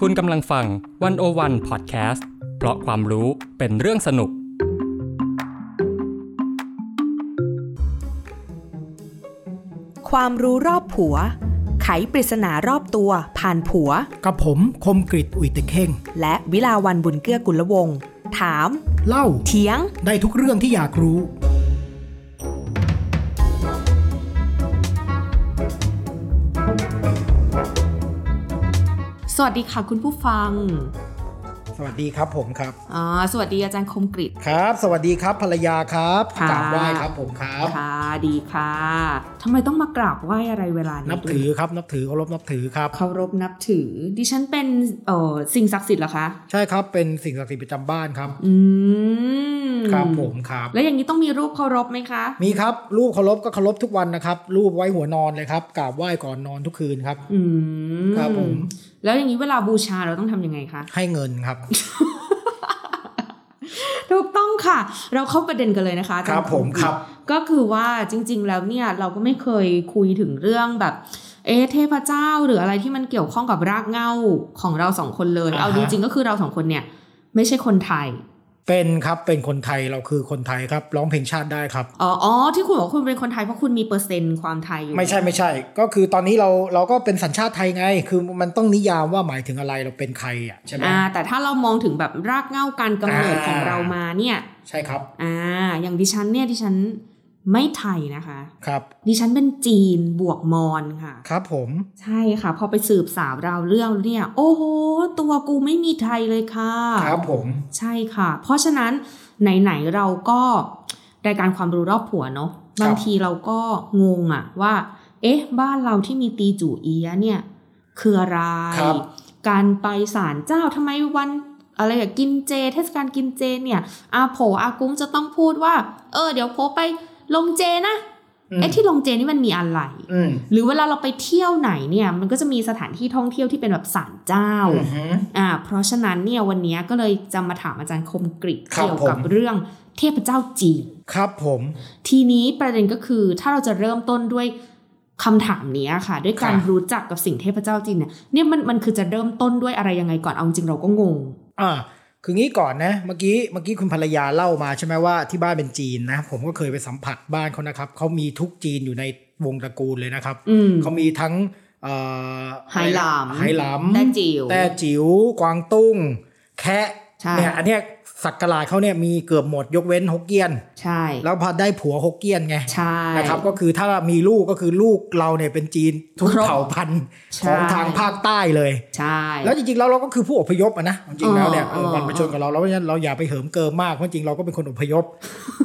คุณกำลังฟังวันโอวันพอดแคสต์เพราะความรู้เป็นเรื่องสนุก ความรู้รอบผัว ไขปริศนารอบตัวผ่านผัว กับผมคมกริตอุ่ยตะเข่ง และวิลาวันบุญเกื้อกุลวงศ์ถาม เล่า เถียง ได้ทุกเรื่องที่อยากรู้ สวัสดีค่ะคุณผู้ฟัง สวัสดีครับผมครับ อ่าสวัสดีอาจารย์คมกริต ครับ สวัสดีครับภรรยาครับ ค่ะ กราบไหว้ครับผมครับ ค่ะ ดีค่ะทำไมต้องมากราบไหว้อะไรเวลานี้ นับถือครับนับถือเคารพนับถือครับ เคารพนับถือ ดิฉันเป็นเอ่อสิ่งศักดิ์สิทธิ์เหรอคะ ใช่ครับเป็นสิ่งศักดิ์สิทธิ์ประจำบ้านครับ อืม ครับผมครับ แล้วอย่างนี้ต้องมีรูปเคารพไหมคะ มีครับรูปเคารพก็เคารพทุกวันนะครับ รูปไว้หัวนอนเลยครับกราบไหว้ก่อนนอนทุกคืนครับ อืม ครับผม แล้วอย่างนี้เวลาบูชาเราต้องทำยังไงคะ ให้เงินครับ ถูกต้องค่ะ เราเข้าประเด็นกันเลยนะคะอาจาย์ ครับผมครับ ก็คือว่าจริง ๆ แล้วเนี่ยเราก็ไม่เคยคุยถึงเรื่องแบบ เอะเทพเจ้าหรืออะไรที่มันเกี่ยวข้องกับรากเหง้าของเราสองคนเลย เอาจริงๆก็คือเราสองคนเนี่ย ไม่ใช่คนไทย เป็นครับเป็นคนไทยเราคือคนไทยครับร้องเพลงชาติได้ครับ อ๋ออ๋อที่คุณบอกว่าคุณเป็นคนไทยเพราะคุณมีเปอร์เซ็นต์ความไทยอยู่ ไม่ใช่ไม่ใช่ ก็คือตอนนี้เราเราก็เป็นสัญชาติไทยไง คือมันต้องนิยามว่าหมายถึงอะไรเราเป็นใครอ่ะใช่ไหม อ่า แต่ถ้าเรามองถึงแบบรากเหง้าการกำเนิด อ่า ของเรามาเนี่ย ใช่ครับ อ่า อย่างดิฉันเนี่ยดิฉันไม่ไทยนะคะ ครับ ดิฉันเป็นจีนบวกมอญค่ะ ครับผม ใช่ค่ะ พอไปสืบสาวราวเรื่องแล้วเนี่ย โอ้โห ตัวกูไม่มีไทยเลยค่ะ ครับผม ใช่ค่ะ เพราะฉะนั้นไหนๆเราก็รายการความรู้รอบผัวเนาะบางทีเราก็งงอะว่า เอ๊ะ บ้านเราที่มีตีจู่เอียะเนี่ย คืออะไร ครับ การไปศาลเจ้าทำไมวันอะไรอะกินเจ เทศกาลกินเจเนี่ย อาโผอากุ้งจะต้องพูดว่า เออ เดี๋ยวโผไปลงเจนะ อืม เอ๊ะที่ลงเจนี่มันมีอะไร อืม หรือเวลาเราไปเที่ยวไหนเนี่ยมันก็จะมีสถานที่ท่องเที่ยวที่เป็นแบบศาลเจ้า อือฮึ อ่าเพราะฉะนั้นเนี่ยวันนี้ก็เลยจะมาถามอาจารย์คมกริ ครับ เกี่ยวกับเรื่องเทพเจ้าจีน ครับผม ทีนี้ประเด็นก็คือถ้าเราจะเริ่มต้นด้วยคำถามเนี้ยค่ะ ด้วยการรู้จักกับสิ่งเทพเจ้าจีนเนี่ยเนี่ยมันมันคือจะเริ่มต้นด้วยอะไรยังไงก่อนเอาจริงๆเราก็งง อ่าคืองี้ก่อนนะ เมื่อกี้เมื่อกี้คุณภรรยาเล่ามาใช่ไหมว่าที่บ้านเป็นจีนนะ ผมก็เคยไปสัมผัสบ้านเขานะครับเขามีทุกจีนอยู่ในวงตระกูลเลยนะครับ อืม เขามีทั้งเอ่อ ไหหลำ ไหหลำ แต้จิ๋ว แต่จิ๋วกวางตุ้ง แคะ ใช่ เนี่ยอันเนี้ยสักกลาดเขาเนี่ยมีเกือบหมดยกเว้นฮกเกี้ยน ใช่ แล้วพอได้ผัวฮกเกี้ยนไง ใช่ นะครับก็คือถ้ามีลูกก็คือลูกเราเนี่ยเป็นจีนทุก ครบ เผ่าพันธุ์ ใช่ ของทางภาคใต้เลย ใช่ แล้วจริงๆแล้วเราก็คือผู้อพยพอะนะจริงๆแล้วเนี่ย อ๋อ เออ อ๋อ บรรพชนกับเราแล้วเพราะฉะนั้นเราอย่าไปเหิมเกิมมากเพราะจริงเราก็เป็นคนอพยพ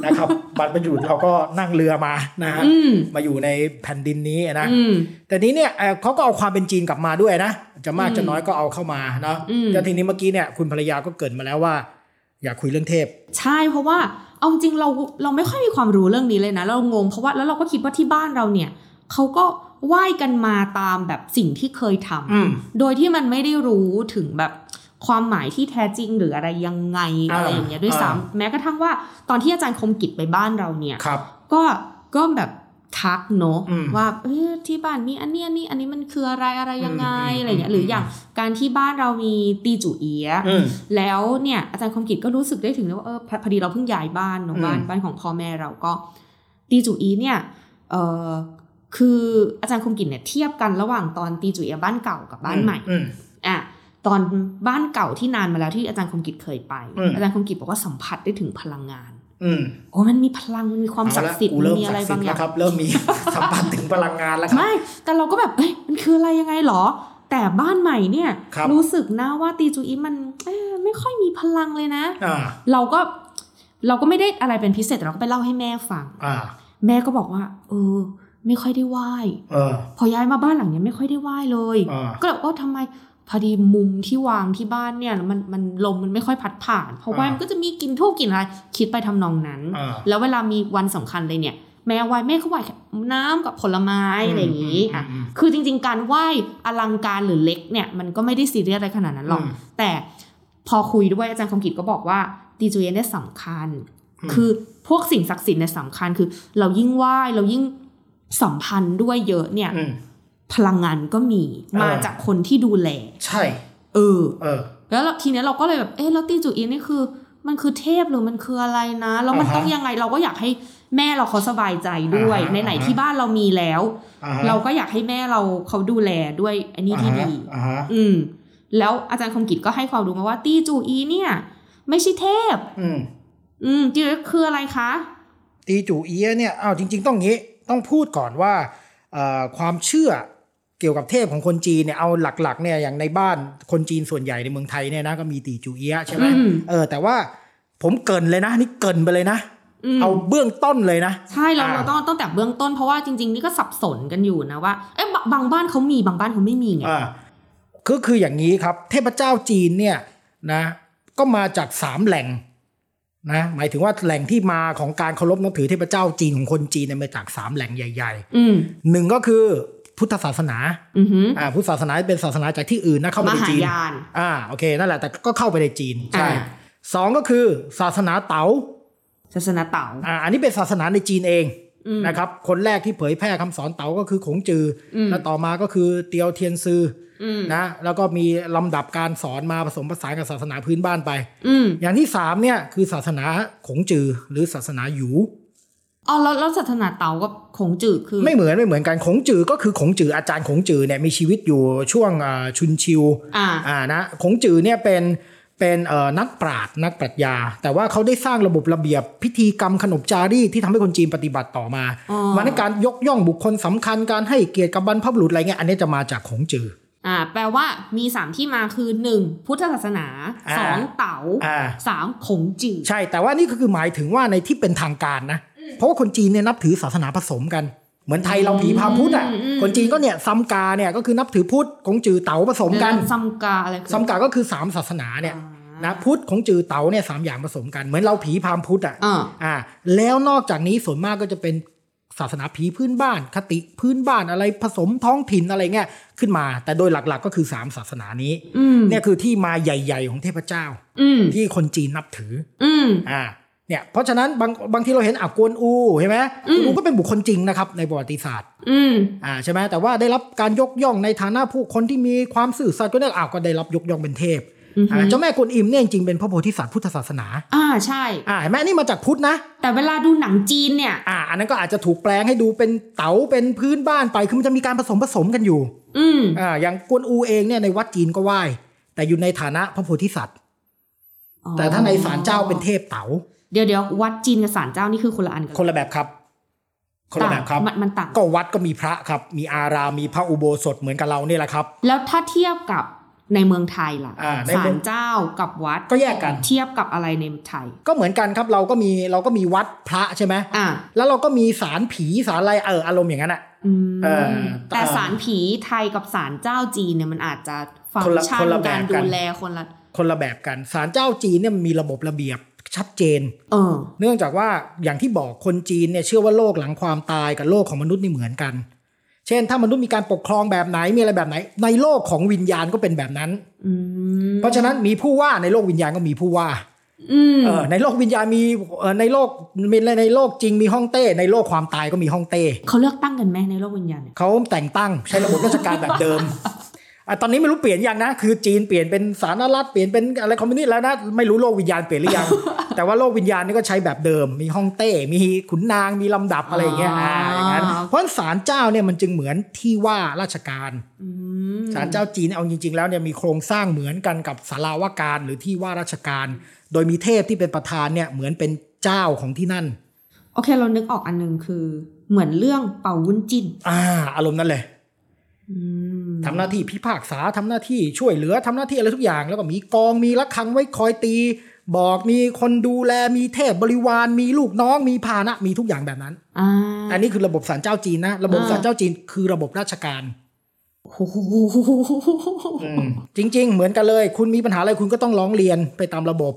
นะครับบรรพบุรุษเราก็นั่งเรือมานะฮะ อืม มาอยู่ในแผ่นดินนี้นะ อืม แต่นี้เนี่ยเอ่อเขาก็เอาความเป็นจีนกลับมาด้วยนะจะมากจะน้อยก็เอาเข้ามาเนาะ อืม แต่ทีนี้เมื่อกี้เนี่ยคุณภรรยาก็เกริดมาแล้วว่า อยากคุยเรื่องเทพ ใช่เพราะว่าเอาจริงๆเราเราไม่ค่อยมีความรู้เรื่องนี้เลยนะ เรางงเพราะว่าแล้วเราก็คิดว่าที่บ้านเราเนี่ยเขาก็ไหว้กันมาตามแบบสิ่งที่เคยทำ อืม โดยที่มันไม่ได้รู้ถึงแบบความหมายที่แท้จริงหรืออะไรยังไง อ่า อะไรอย่างเงี้ยด้วย อ่า ซ้ำแม้กระทั่งว่าตอนที่อาจารย์คมกิจไปบ้านเราเนี่ย ครับ ก็ก็แบบทักเนาะ อืม ว่าเอ้ยที่บ้านมีอันเนี้ยอันนี่อันนี้มันคืออะไรอะไรยังไง อืม อะไรอย่างเงี้ยหรืออย่างการที่บ้านเรามีตีจู่เอียะ อืม แล้วเนี่ยอาจารย์คมกิจก็รู้สึกได้ถึงเลยว่าเออพอพอดีเราเพิ่งย้ายบ้านเนาะ อืม บ้านบ้านของพ่อแม่เราก็ ตีจู่เอียเนี่ยเออคืออาจารย์คมกิจเนี่ยเทียบกันระหว่างตอนตีจู่เอียบ้านเก่ากับบ้านใหม่ อื อ่ะตอนบ้านเก่าที่นานมาแล้วที่อาจารย์คมกิจเคยไป อืม อาจารย์คมกิจบอกว่าสัมผัสได้ถึงพลังงาน อืม โอ้มันมีพลังมันมีความศักดิ์สิทธิ์ เา มั ล น กู มีอะไรบางอย่าง เริ่มศักดิ์สิทธิ์แล้วครับ เริ่มมี สัมผัสถึงพลังงานแล้วครับ ไม่ แต่เราก็แบบ เอ้ย มันคืออะไรยังไงหรอ แต่บ้านใหม่เนี่ย ครับ รู้สึกนะว่าตีจูอีมันเอ้ยไม่ค่อยมีพลังเลยนะ อ่า เราก็ เราก็ไม่ได้อะไรเป็นพิเศษแต่เราก็ไปเล่าให้แม่ฟัง อ่า แม่ก็บอกว่า เออ ไม่ค่อยได้ไหว้ เออ พอย้ายมาบ้านหลังเนี้ยไม่ค่อยได้ไหว้เลย อ่า ก็แบบว่าทำไม พอดีมุมที่วางที่บ้านเนี่ยมันมันลมมันไม่ค่อยพัดผ่าน เพราะว่า อ่ามั มันก็จะมีกลิ่นทูบกลิ่นอะไร คิดไปทำนองนั้น อ่า แล้วเวลามีวันสำคัญเลยเนี่ย แม่ไหว้แม่เขาไหว้น้ำกับผลไม้อะไรอย่างนี้ อืม อ่ะ อืม คือจริง ๆ การไหว้อลังการหรือเล็กเนี่ยมันก็ไม่ได้ซีเรียสอะไรขนาดนั้นหรอก อืม แต่พอคุยด้วยอาจารย์คมกิจก็บอกว่าตีจูเยนเนี่ยสำคัญ อืม คือพวกสิ่งศักดิ์สิทธิ์เนี่ยสำคัญคือ เรายิ่งไหว้เรายิ่งสัมพันธ์ด้วยเยอะเนี่ย อืม พลังงานก็มี เออ มาจากคนที่ดูแล ใช่ เออ เออ แล้วเราทีเนี้ยเราก็เลยแบบเออแล้วตีจูอินนี่คือ มันคือเทพหรือมันคืออะไรนะ แล้วมัน อ่าฮะ ต้องยังไงเราก็อยากให้แม่เราเขาสบายใจด้วย อ่าฮะ ไหนๆอ่าฮะ ที่บ้านเรามีแล้ว อ่าฮะ เราก็อยากให้แม่เราเขาดูแลด้วยอันนี้ที่ดี อ่าฮะ อืม แล้วอาจารย์คมกิจก็ให้ความรู้มาว่าตีจูอีเนี่ย ไม่ใช่เทพ อืม อืมจีคืออะไรคะ ตีจูเอียะเนี่ยอ้าวจริง ๆ ต้องงี้ ต้องพูดก่อนว่าเอ่อความเชื่อเกี่ยวกับเทพของคนจีนเนี่ย เอาหลักๆเนี่ย อย่างในบ้านคนจีนส่วนใหญ่ในเมืองไทยเนี่ยนะ ก็มีตีจูเอียะใช่ไหม อืม เออ แต่ว่าผมเกรินเลยนะ นี่เกรินไปเลยนะ อืม เอาเบื้องต้นเลยนะ ใช่เรา อ่า เราต้องต้องแต่เบื้องต้นเพราะว่าจริง ๆ นี่ก็สับสนกันอยู่นะว่าเอ๊ะบางบางบ้านเขามีบางบ้านเขาไม่มีไง อ่าก็คืออย่างนี้ครับ เทพเจ้าจีนเนี่ยนะ ก็มาจากสามแหล่งนะหมายถึงว่าแหล่งที่มาของการเคารพนับถือเทพเจ้าจีนของคนจีนเนี่ยมาจากสามแหล่งใหญ่ อืม ๆหนึ่งก็คือพุทธศาสนา อือหือ อ่าพุทธศาสนาเป็นศาสนาจากที่อื่นนะเข้าไป ม ใน หา จีน ยาน อ่าโอเคนั่นแหละแต่ก็เข้าไปในจีนใช่ อ่า สองก็คือศาสนาเต๋า ศาสนาเต๋า อ่าอันนี้เป็นศาสนาในจีนเอง อืม นะครับคนแรกที่เผยแพร่คำสอนเต๋าก็คือขงจืออ ม แล้วต่อมาก็คือเตียวเทียนซือ อืม อนะแล้วก็มีลำดับการสอนมาผสมผสานกับศาสนาพื้นบ้านไป อืม อย่างที่สามเนี่ยคือศาสนาขงจือหรือศาสนาหยู อ๋อแล้วแล้วศาสนาเต๋ากับขงจือคือ ไม่เหมือนไม่เหมือนกันขงจือก็คือขงจืออาจารย์ขงจือเนี่ยมีชีวิตอยู่ช่วงอ่าชุนชิว อ่า อ่านะขงจือเนี่ยเป็นเป็นเอ่อนักปราชญ์นักปรัชญา แต่ว่าเขาได้สร้างระบบระเบียบพิธีกรรมขนบจารีตที่ทำให้คนจีนปฏิบัติต่อมา อ๋อ มันในการยกย่องบุคคลสำคัญการให้เกียรติกับบรรพบุรุษอะไรเงี้ยอันนี้จะมาจากขงจือ อ่า แปลว่ามีสามที่มาคือหนึ่งพุทธศาสนา อ่า สองเต๋า อ่า สามขงจือ ใช่แต่ว่านี่ก็คือหมายถึงว่าในที่เป็นทางการนะ เพราะว่าคนจีนเนี่ยนับถือศาสนาผสมกัน เหมือนไทยเราผีพราหมณ์พุทธอ่ะ อืมอืม คนจีนก็เนี่ยซัมกาเนี่ยก็คือนับถือพุทธขงจือเต๋าผสมกัน เดี๋ยวะซัมกาอะไรคือ ซัมกาก็คือสามศาสนาเนี่ย อ่า นะพุทธขงจือเต๋าเนี่ยสามอย่างผสมกันเหมือนเราผีพราหมณ์พุทธอ่ะ อ่า อ่าแล้วนอกจากนี้ส่วนมากก็จะเป็นศาสนาผีพื้นบ้าน คติพื้นบ้านอะไรผสมท้องถิ่นอะไรเงี้ยขึ้นมา แต่โดยหลักๆก็คือ 3 ศาสนานี้ อืม เนี่ยคือที่มาใหญ่ๆ ของเทพเจ้า อืม ที่คนจีนนับถือ อืม อ่าเนี่ยเพราะฉะนั้นบางบางทีเราเห็นอ่ะกวนอูใช่ไหม อื กว ม นอูก็เป็นบุคคลจริงนะครับในประวัติศาสตร์ อืม อ่าใช่ไหมแต่ว่าได้รับการยกย่องในฐานะผู้คนที่มีความสื่อสัตย์ก็ได้อ่ะก็ได้รับยกย่องเป็นเทพ อือฮึ อ่าเจ้าแม่กวนอิมเนี่ยจริงๆเป็นพระโพธิสัตว์พุทธศาสนา อ่าใช่ อ่าเห็นไหมอันนี่มาจากพุทธนะ แต่เวลาดูหนังจีนเนี่ย อ่าอันนั้นก็อาจจะถูกแปลงให้ดูเป็นเต๋าเป็นพื้นบ้านไป คือมันจะมีการผสมผสมกันอยู่ อืม อ่า อย่างกวนอูเองเนี่ยในวัดจีนก็ไหว้ แต่อยู่ในฐานะพระโพธิสัตว์ แต่ถ้าในศาลเจ้าเป็นเทพเต๋า เดี๋ยวเดี๋ยววัดจีนกับศาลเจ้านี่คือคนละอันกัน คนละแบบครับ คนละแบบครับ ต่างมันมันต่าง ก็วัดก็มีพระครับ มีอารามมีพระอุโบสถเหมือนกับเราเนี่ยแหละครับ แล้วถ้าเทียบกับในเมืองไทยล่ะ อ่าใน ศา เมื ล อง เจ้ากับวัด ก็แยกกัน เทียบกับอะไรในไทย ก็เหมือนกันครับ เราก็มีเราก็มีวัดพระใช่ไหม อ่า แล้วเราก็มีศาลผีศาลอะไรเอออารมณ์อย่างนั้นอะ อืม เอ่อ แต่ศาลผีไทยกับศาลเจ้าจีนเนี่ยมันอาจจะฟัง คนละ ก์ชั คน นละแบ การ บกัน ดูแลคนละ คนละแบบกันศาลเจ้าจีนเนี่ยมันมีระบบระเบียบชัดเจน เออ เนื่องจากว่าอย่างที่บอกคนจีนเนี่ยเชื่อว่าโลกหลังความตายกับโลกของมนุษย์นี่เหมือนกัน เช่นถ้ามนุษย์มีการปกครองแบบไหนมีอะไรแบบไหน ในโลกของวิญญาณก็เป็นแบบนั้น อืม เพราะฉะนั้นมีผู้ว่าในโลกวิญญาณก็มีผู้ว่า อืม เออในโลกวิญญาณมีเอ่อในโลกมีในโลกจริงมีห้องเต้ ในโลกความตายก็มีห้องเต้ เขาเลือกตั้งกันไหมในโลกวิญญาณเนี่ย เขาแต่งตั้งใช้ระบบราชการแบบเดิม อ่ะตอนนี้ไม่รู้เปลี่ยนยังนะ คือจีนเปลี่ยนเป็นสาธารณรัฐเปลี่ยนเป็นอะไรคอมมิวนิสต์แล้วนะไม่รู้โลกวิญญาณเปลี่ยน หรือยัง แต่ว่าโลกวิญญาณนี่ก็ใช้แบบเดิม มีห้องเต้ มีขุนนางมีลำดับอะไรอย่างเงี้ยอ่าอย่างนั้น อ๋อ เพราะศาลเจ้าเนี่ยมันจึงเหมือนที่ว่าราชการ อืม ศาลเจ้าจีนเอาจริง ๆ แล้วเนี่ยมีโครงสร้างเหมือนกันกับสาราว่าการหรือที่ว่าราชการ โดยมีเทพที่เป็นประธานเนี่ยเหมือนเป็นเจ้าของที่นั่น โอเคเรานึกออกอันหนึงคือ เหมือนเรื่องเป่าวุ้นจิน อ่า อารมณ์นั้นเลย อืม ทำหน้าที่พิพากษาทำหน้าที่ช่วยเหลือทำหน้าที่อะไรทุกอย่าง แล้วก็มีกองมีระฆังไว้คอยตี บอกมีคนดูแลมีเทพบริวาร มีลูกน้องมีพาหนะมีทุกอย่างแบบนั้น อ่า อันนี้คือระบบศาลเจ้าจีนนะ ระบบ อ่า ศาลเจ้าจีนคือระบบราชการ โอ้โห จริง ๆ เหมือนกันเลย คุณมีปัญหาอะไรคุณก็ต้องร้องเรียนไปตามระบบ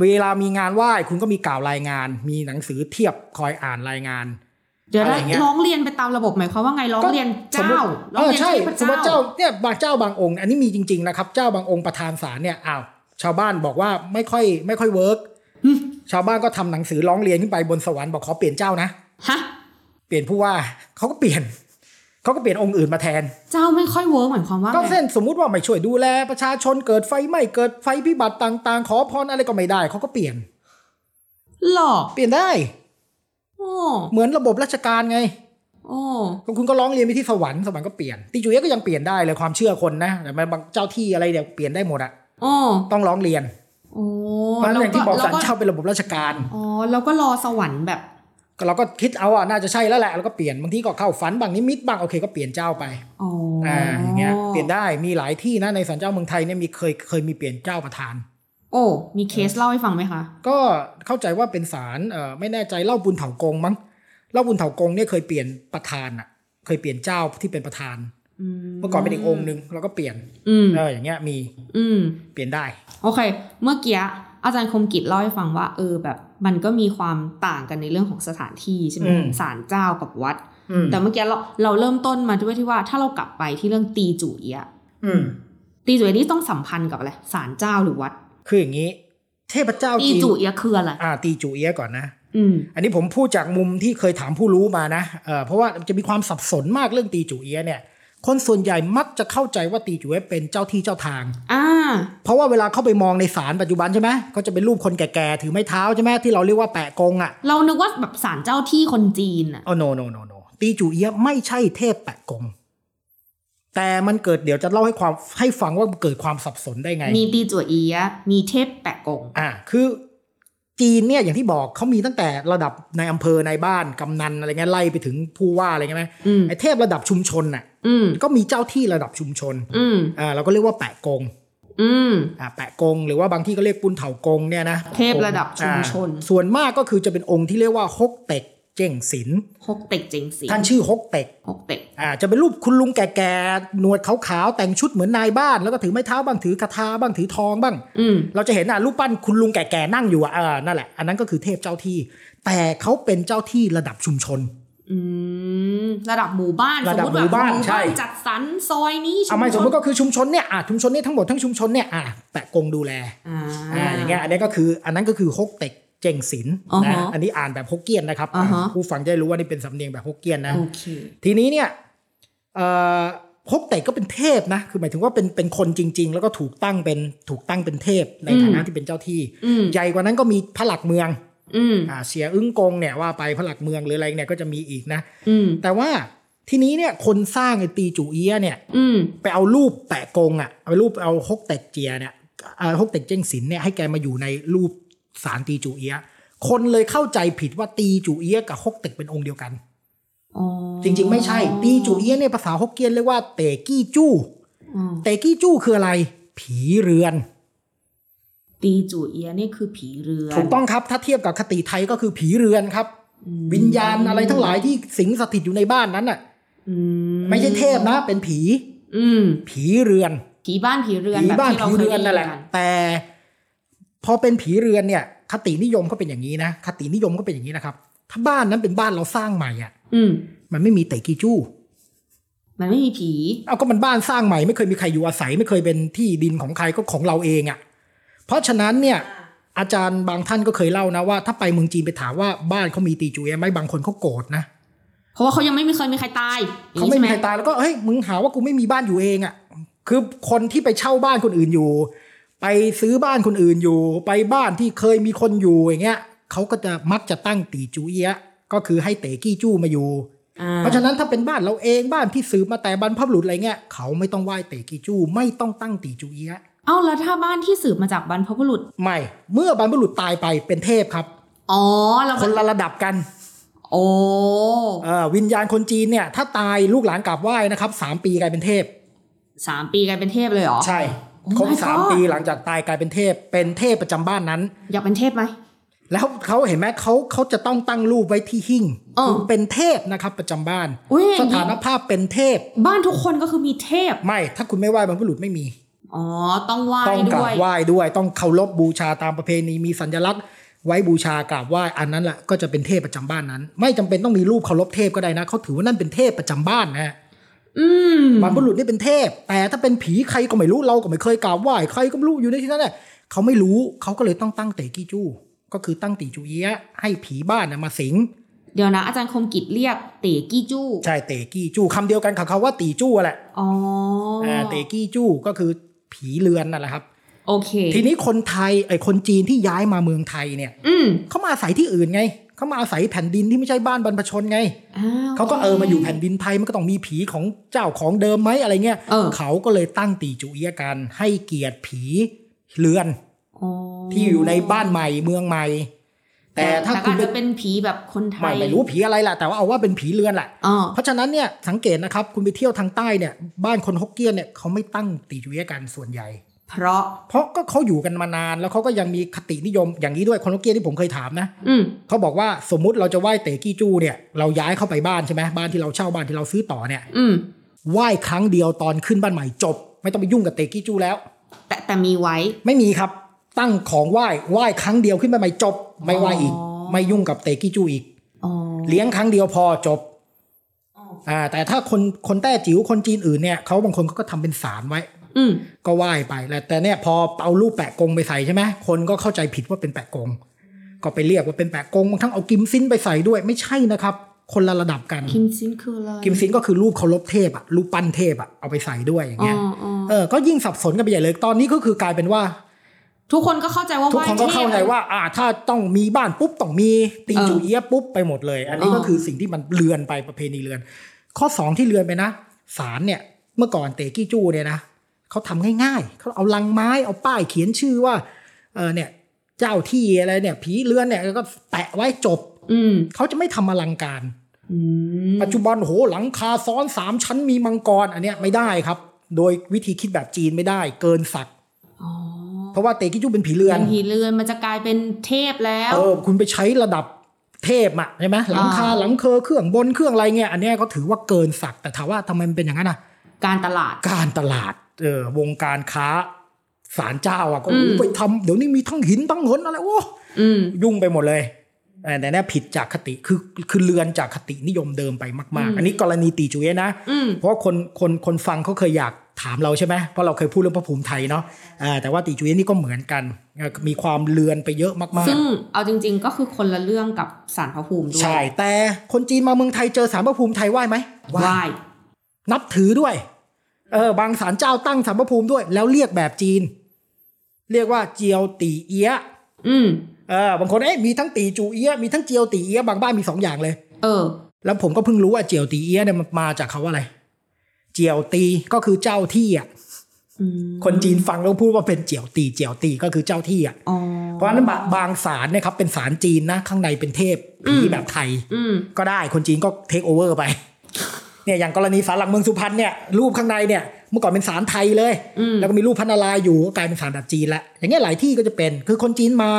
เวลามีงานไหว้คุณก็มีกล่าวรายงาน มีหนังสือเทียบคอยอ่านรายงาน เดี๋ยว อะไร นะ อย่างเงี้ย ร้องเรียนไปตามระบบหมายความว่าไงร้องเรียน สม เจ้า มุติ ร้องเรียน ใช่ เทพ สมมติว่า เจ้า เจ้าเนี่ยบางเจ้าบางองค์ อันนี้มีจริง ๆ นะครับ เจ้าบางองค์ประธานศาลเนี่ยอ้าวชาวบ้านบอกว่าไม่ค่อยไม่ค่อยเวิร์กชาวบ้านก็ทำหนังสือร้องเรียนขึ้นไปบนสวรรค์บอกขอเปลี่ยนเจ้านะ ฮะ เปลี่ยนผู้ว่าเขาก็เปลี่ยน เขาก็เปลี่ยนองค์อื่นมาแทน เจ้าไม่ค่อยเวิร์กหมายความว่า ก็ ไง เส้นสมมุติว่าไม่ช่วยดูแลประชาชนเกิดไฟไหม้เกิดไฟพิบัติต่างๆ ขอพรอะไรก็ไม่ได้เขาก็เปลี่ยน หลอก เปลี่ยนได้ โอ้ เหมือนระบบราชการไง โอ้ ก็คุณก็ร้องเรียนไปที่สวรรค์สวรรค์ก็เปลี่ยนที่จุเอยะก็ยังเปลี่ยนได้เลยความเชื่อคนนะแต่มันบางเจ้าที่อะไรเนี่ยเปลี่ยนได้หมดอะ โอ้ ต้องร้องเรียน โอ้ เพราะฉะนั้นอย่างที่บอกศาลเจ้าเป็นระบบราชการ อ๋อแล้วก็รอสวรรค์แบบ ก็เราก็คิดเอาอ่ะน่าจะใช่แล้วแหละแล้วก็เปลี่ยนบางทีก็เข้าฝันบางนิมิตบ้างโอเคก็เปลี่ยนเจ้าไป อ๋ออ อ่าอย่างเงี้ยเปลี่ยนได้มีหลายที่นะในศาลเจ้าเมืองไทยเนี่ยมีเคยเคยมีเปลี่ยนเจ้าประธาน โอ้มีเคสเล่าให้ฟังไหมคะ ก็เข้าใจว่าเป็นสารเอ่อไม่แน่ใจเล่าบุญเถากงมั้งเล่าบุญเถากงเนี่ยเคยเปลี่ยนประธานอะเคยเปลี่ยนเจ้าที่เป็นประธาน เมื่อก่อนเป็นอีกองค์หนึ่งแล้วก็เปลี่ยน อืม เอออย่างเงี้ยมี อืม เปลี่ยนได้ โอเค เมื่อกี้อาจารย์คมกิจเล่าให้ฟังว่า เออแบบ มันก็มีความต่างกันในเรื่องของสถานที่ใช่ไหม อืม ศาลเจ้ากับวัด อืม แต่เมื่อกี้เราเราเริ่มต้นมาด้วยที่ว่าถ้าเรากลับไปที่เรื่องตีจุเอียะ อืม ตีจุเอียะนี่ต้องสัมพันธ์กับอะไรศาลเจ้าหรือวัด คืออย่างนี้ เทพเจ้า ตี จีน จุเอียะคืออะไร อ่าตีจูเอียะก่อนนะ อืม อันนี้ผมพูดจากมุมที่เคยถามผู้รู้มานะเออเพราะว่าจะมีความสับสนมากเรื่องตีจูเอียะเนี่ย คนส่วนใหญ่มักจะเข้าใจว่าตีจูเอียะเป็นเจ้าที่เจ้าทาง อ่า เพราะว่าเวลาเข้าไปมองในศาลปัจจุบันใช่ไหมก็จะเป็นรูปคนแก่ๆถือไม้เท้าใช่ไหมที่เราเรียกว่าแปะกงอ่ะ เรานึกว่าแบบศาลเจ้าที่คนจีนอ่ะ โอ้โนโนโนโนตีจูเอียะไม่ใช่เทพแปะกง แต่มันเกิดเดี๋ยวจะเล่าให้ความให้ฟังว่ามันเกิดความสับสนได้ไง มีตีจุเอียะมีเทพแปะกง อ่าคือจีนเนี่ยอย่างที่บอกเขามีตั้งแต่ระดับในอำเภอในบ้านกำนันอะไรเงี้ยไล่ไปถึงผู้ว่าอะไรเงี้ยไหม อืม ไอ้เทพระดับชุมชนน่ะ อืม ก็มีเจ้าที่ระดับชุมชน อืม อ่าเราก็เรียกว่าแปะกง อืม อ่าแปะกง หรือว่าบางที่ก็เรียกปุนเถากงเนี่ยนะ เทพระดับชุมชน อ่าส่วนมากก็คือจะเป็นองค์ที่เรียกว่าฮกเต็กเจ้งศิล ฮกเต็กเจงสี ท่านชื่อฮกเต็ก ฮกเต็ก อ่าจะเป็นรูปคุณลุงแก่ๆหนวดขาวๆแต่งชุดเหมือนนายบ้าน แล้วก็ถือไม้เท้าบ้างถือคาถาบ้างถือทองบ้าง อืม เราจะเห็นอ่ะรูปปั้นคุณลุงแก่ๆนั่งอยู่อ่ะเออนั่นแหละ อันนั้นก็คือเทพเจ้าที่ แต่เขาเป็นเจ้าที่ระดับชุมชน อืม ระดับหมู่บ้าน ระดับ สมมติว่ หมู่บ้านใช่ จัดสรรซอยนี้ เอาไม่ ช สมมติก็คือชุมชนเนี่ยอ่ะชุมชนเนี่ยทั้งหมดทั้งชุมชนเนี่ยอ่ะแปะกงดูแล อ่า อ่าอย่างเงี้ยอันนี้ก็คืออันนั้นก็คือฮกเต็กเจงศิลป์ อ่า นะ ฮะ อันนี้อ่านแบบฮกเกี้ยนนะครับ อ่าฮะ ผู้ฟังจะได้รู้ว่านี่เป็นสำเนียงแบบฮกเกี้ยนนะ โอเค ทีนี้เนี่ยเอ่อฮกเต็กก็เป็นเทพนะคือหมายถึงว่าเป็นเป็นคนจริง ๆ แล้วก็ถูกตั้งเป็นถูกตั้งเป็นเทพในฐานะที่เป็นเจ้าที่ อืม ใหญ่กว่านั้นก็มีพระหลักเมือง อืม อ่าเสียอึ้งกงเนี่ยว่าไปพระหลักเมืองหรืออะไรเนี่ยก็จะมีอีกนะ อืม แต่ว่าทีนี้เนี่ยคนสร้างไอ้ตีจูเอียะเนี่ย อืม ไปเอารูปแปะกงอะ่ะเอารูปเอาฮกเต็กเจียเนี่ยอ่าฮกเต็กเจ้งศิลป์เนี่ยให้แกมาอยู่ในรูปสารตีจูเอียะคนเลยเข้าใจผิดว่าตีจูเอียะกับฮกเต็กเป็นองค์เดียวกัน อ๋อ จริง ๆ ไม่ใช่ตีจูเอียะเนี่ยภาษาฮกเกี้ยนเรียกว่าเตกี้จู้ อ๋อ เตกี้จู้คืออะไร ผีเรือน ตีจูเอียะนี่คือผีเรือน ถูกต้องครับถ้าเทียบกับคติไทยก็คือผีเรือนครับ อืม วิญญาณอะไรทั้งหลายที่สิงสถิตอยู่ในบ้านนั้นน่ะ อื ไม่ใช่เทพนะ เป็นผี อืม ผีเรือน ผีบ้านผีเรือน ผี แบบ บ้าน ที่เรา ผี เคย เรือน ได้ นั่นแหละ ยิกั แต่ พอเป็นผีเรือนเนี่ย คตินิยมก็เป็นอย่างนี้นะคตินิยมก็เป็นอย่างนี้นะครับ ถ้าบ้านนั้นเป็นบ้านเราสร้างใหม่อ่ะ อืม มันไม่มีเตะกีจู้ มันไม่มีผี เอาก็มันบ้านสร้างใหม่ไม่เคยมีใครอยู่อาศัย ไม่เคยเป็นที่ดินของใครก็ของเราเองอ่ะ เพราะฉะนั้นเนี่ย อาจารย์บางท่านก็เคยเล่านะว่าถ้าไปเมืองจีนไปถามว่าบ้านเขามีตีจูเอยะไหมบางคนเขาโกรธนะ เพราะว่าเขายังไม่มีเคยมีใครตายอย่ง เขา นี้ ไม่ ช่ห มีใครตายแล้วก็เฮ้ยมึงหาว่ากูไม่มีบ้านอยู่เองอ่ะ คือคนที่ไปเช่าบ้านคนอื่นอยู่ ไปซื้อบ้านคนอื่นอยู่ ไปบ้านที่เคยมีคนอยู่อย่างเงี้ยเขาก็จะมักจะตั้งตีจูเอียะก็คือให้เตะกี้จู้มาอยู่ อ่ เพราะฉะนั้นถ้าเป็นบ้านเราเองบ้านที่ซื้อมาแต่บรรพบุรุษอะไรเงี้ยเขาไม่ต้องไหว้เตะกี้จู้ไม่ต้องตั้งตีจูเอียะ เอ้าแล้วถ้าบ้านที่สืบมาจากบรรพบุรุษ ไม่เมื่อบรรพบุรุษตายไปเป็นเทพครับ อ๋อเรา คนละระดับกัน โอ้ เอ่อวิญญาณคนจีนเนี่ย ถ้าตายลูกหลานกราบไหว้นะครับสามปีกลายเป็นเทพ สามปีกลายเป็นเทพเลยเหรอ ใช่ Oh my ครบสาม God ปีหลังจากตายกลายเป็นเทพ เป็นเทพประจำบ้านนั้น อยากเป็นเทพไหม แล้วเขาเห็นไหมเขาเขาจะต้องตั้งรูปไว้ที่หิ้ง อ๋อ คือเป็นเทพนะครับประจำบ้าน อุ๊ย สถานภาพเป็นเทพ บ้านทุกคนก็คือมีเทพ ไม่ ถ้าคุณไม่ไหว้บรรพบุรุษไม่มี อ๋อ ต้องไหว้ ต้องก ด้ รา วย บไหว้ด้วย ต้องเคารพบูชาตามประเพณีมีสัญลักษณ์ ไว้บูชากราบไหว้อันนั้นแหละก็จะเป็นเทพประจำบ้านนั้น ไม่จำเป็นต้องมีรูปเคารพเทพก็ได้นะเขาถือว่านั่นเป็นเทพประจำบ้านนะฮะ อืม บรรพบุรุษนี่เป็นเทพ แต่ถ้าเป็นผีใครก็ไม่รู้เราก็ไม่เคยกราบไหว้ใครก็ไม่รู้อยู่ในที่นั้นแหละเขาไม่รู้เขาก็เลยต้องตั้งเตะกี้จู้ก็คือตั้งตีจูเอียะให้ผีบ้านนะมาสิง เดี๋ยวนะ อาจารย์คมกิจเรียกเต๋กี้จู้ ใช่เตกี้จู้คำเดียวกันกับคำว่าตีจู้แหละ อ๋ออา เตกี้จู้ก็คือผีเรือนนั่นแหละครับ โอเค ทีนี้คนไทยไอ้คนจีนที่ย้ายมาเมืองไทยเนี่ย อืม เขามาอาศัยที่อื่นไงเขามาอาศัยแผ่นดินที่ไม่ใช่บ้านบรรพชนไง อ้ว เขาก็เออมาอยู่แผ่นดินไทยมันก็ต้องมีผีของเจ้าของเดิมไหมอะไรเงี้ย เออ ก็เลยตั้งตีจูเอียกันให้เกียรติผีเรือน อ๋อ ที่อยู่ในบ้านใหม่เมืองใหม่ แต่ถ้า แต่ คุณ อจ ไป จะเป็นผีแบบคนไท ไม่ ย ไม่รู้ผีอะไรล่ะแต่ว่าเอาว่าเป็นผีเรือนแหละ อ๋อ เพราะฉะนั้นเนี่ยสังเกตนะครับคุณไปเที่ยวทางใต้เนี่ยบ้านคนฮกเกี้ยนเนี่ยเขาไม่ตั้งตีจุเอียกันส่วนใหญ่ เพราะ เพราะก็เขาอยู่กันมานานแล้วเขาก็ยังมีคตินิยมอย่างนี้ด้วยคนฮกเกี้ยนที่ผมเคยถามนะ อืม เขาบอกว่าสมมุติเราจะไหว้เต๋กี้จูเนี่ยเราย้ายเข้าไปบ้านใช่ไหมบ้านที่เราเช่าบ้านที่เราซื้อต่อเนี่ย อืม ไหว้ครั้งเดียวตอนขึ้นบ้านใหม่จบ ไม่ต้องไปยุ่งกับเต๋กี้จูแล้ว แต่แต่มีไว้ ไม่มีครับตั้งของไหว้ไหว้ครั้งเดียวขึ้นบ้านใหม่จบ ไม่ไหว้อีก อ๋อ ไม่ยุ่งกับเต๋กี้จูอีก อ๋อ เลี้ยงครั้งเดียวพอจบอ่าแต่ถ้าคนคนแต้จิ๋วคนจีนอื่นเนี่ยเขาบางคนเขาก็ทำเป็นศาลไว้ อืม ก็ไหว้ไปแล้วแต่เนี่ยพอเอารูปแปะกงไปใส่ใช่ไหมคนก็เข้าใจผิดว่าเป็นแปะกง ก็ไปเรียกว่าเป็นแปะกงบางทั้งเอากิมซินไปใส่ด้วยไม่ใช่นะครับ คนละระดับกัน คิมซินคืออะไร กิมซินก็คือรูปเคารพเทพอะรูปปั้นเทพอะเอาไปใส่ด้วยอย่าง อ๋ เงี้ย ออ๋อ เออก็ยิ่งสับสนกันไปใหญ่เลยตอนนี้ก็คือกลายเป็นว่า ทุกคนก็เข้าใจว่า ทุกคนก็ ไหว้ทพ เข้าใจว่า อ่า ถ้าต้องมีบ้านปุ๊บต้องมีตีจูเอียะปุ๊บไปหมดเลย อันนี้ เออ ก็คือสิ่งที่มันเลือนไปประเพณีเลือน ข้อสองที่เลือนไปนะศาลเนี่ยเมื่อก่อนเตกี้จูเนี่ยนะเขาทำง่ายๆเขาเอาลังไม้เอาป้ายเขียนชื่อว่าเออเนี่ยเจ้าที่อะไรเนี่ย ผีเลือนเนี่ยก็แปะไว้จบ อืม เขาจะไม่ทำอลังการ อืม ปัจจุบันโหหลังคาซ้อนสามชั้นมีมังกรอันเนี้ยไม่ได้ครับ โดยวิธีคิดแบบจีนไม่ได้ เกินศักดิ์ อ๋อ เพราะว่าเตกี้จูเป็นผีเลือน บางทีเรือนมันจะกลายเป็นเทพแล้ว เออคุณไปใช้ระดับเทพอะใช่ไหมหลังคา อ่า หลังเคอเครื่องบนเครื่องอะไรเงี้ยอันเนี้ยก็ถือว่าเกินศักดิ์แต่ถามว่าทำไมมันเป็นอย่างนั้นอะ การตลาด การตลาดเออวงการค้าสารเจ้าอะก็ อืม ไปทำเดี๋ยวนี้มีทั้งหินทั้งหนอะไรโอ้ อืม ยุ่งไปหมดเลยเออแต่เนี่ยผิดจากคติคือคือเลือนจากคตินิยมเดิมไปมาก อื ๆ ม อันนี้กรณีตีจุเอยนะ อืม เพราะว่าคนคนคนฟังเขาเคยอยากถามเราใช่ไหมเพราะเราเคยพูดเรื่องพระภูมิไทยเนาะอ่าแต่ว่าตีจุเอยนี่ก็เหมือนกันเออมีความเลือนไปเยอะมากๆ ซึ่งเอาจริง ๆ ก็คือคนละเรื่องกับสารพระภูมิด้วย ใช่ แต่คนจีนมาเมืองไทยเจอสารพระภูมิไทยไหว้ไหม ไหว้ นับถือด้วย เออบางศาลเจ้าตั้งสารพระภูมิด้วย แล้วเรียกแบบจีน เรียกว่าเจียวตีเอียะ อืม เออบางคนเอ๊ะมีทั้งตีจูเอียะมีทั้งเจียวตีเอียะบางบ้านมีสองอย่างเลย เออ แล้วผมก็เพิ่งรู้ว่าเจียวตีเอียะเนี่ยมันมาจากคาว่าอะไร เจียวตีก็คือเจ้าที่อ่ะ อืม คนจีนฟังแล้วพูดว่าเป็นเจียวตีเจียวตีก็คือเจ้าที่อ่ะ อ๋อ เพราะฉะนั้นบะบางศาลเนี่ยครับเป็นศาลจีนนะข้างในเป็นเทพผีแบบไทย อืม ก็ได้คนจีนก็เทคโอเวอร์ไป เนี่ยอย่างกรณีศาลหลักเมืองสุพรรณเนี่ยรูปข้างในเนี่ยเมื่อก่อนเป็นศาลไทยเลย อืม แล้วก็มีรูปพระนารายณ์อยู่ก็กลายเป็นศาลแบบจีนละอย่างเงี้ยหลายที่ก็จะเป็นคือคนจีนมา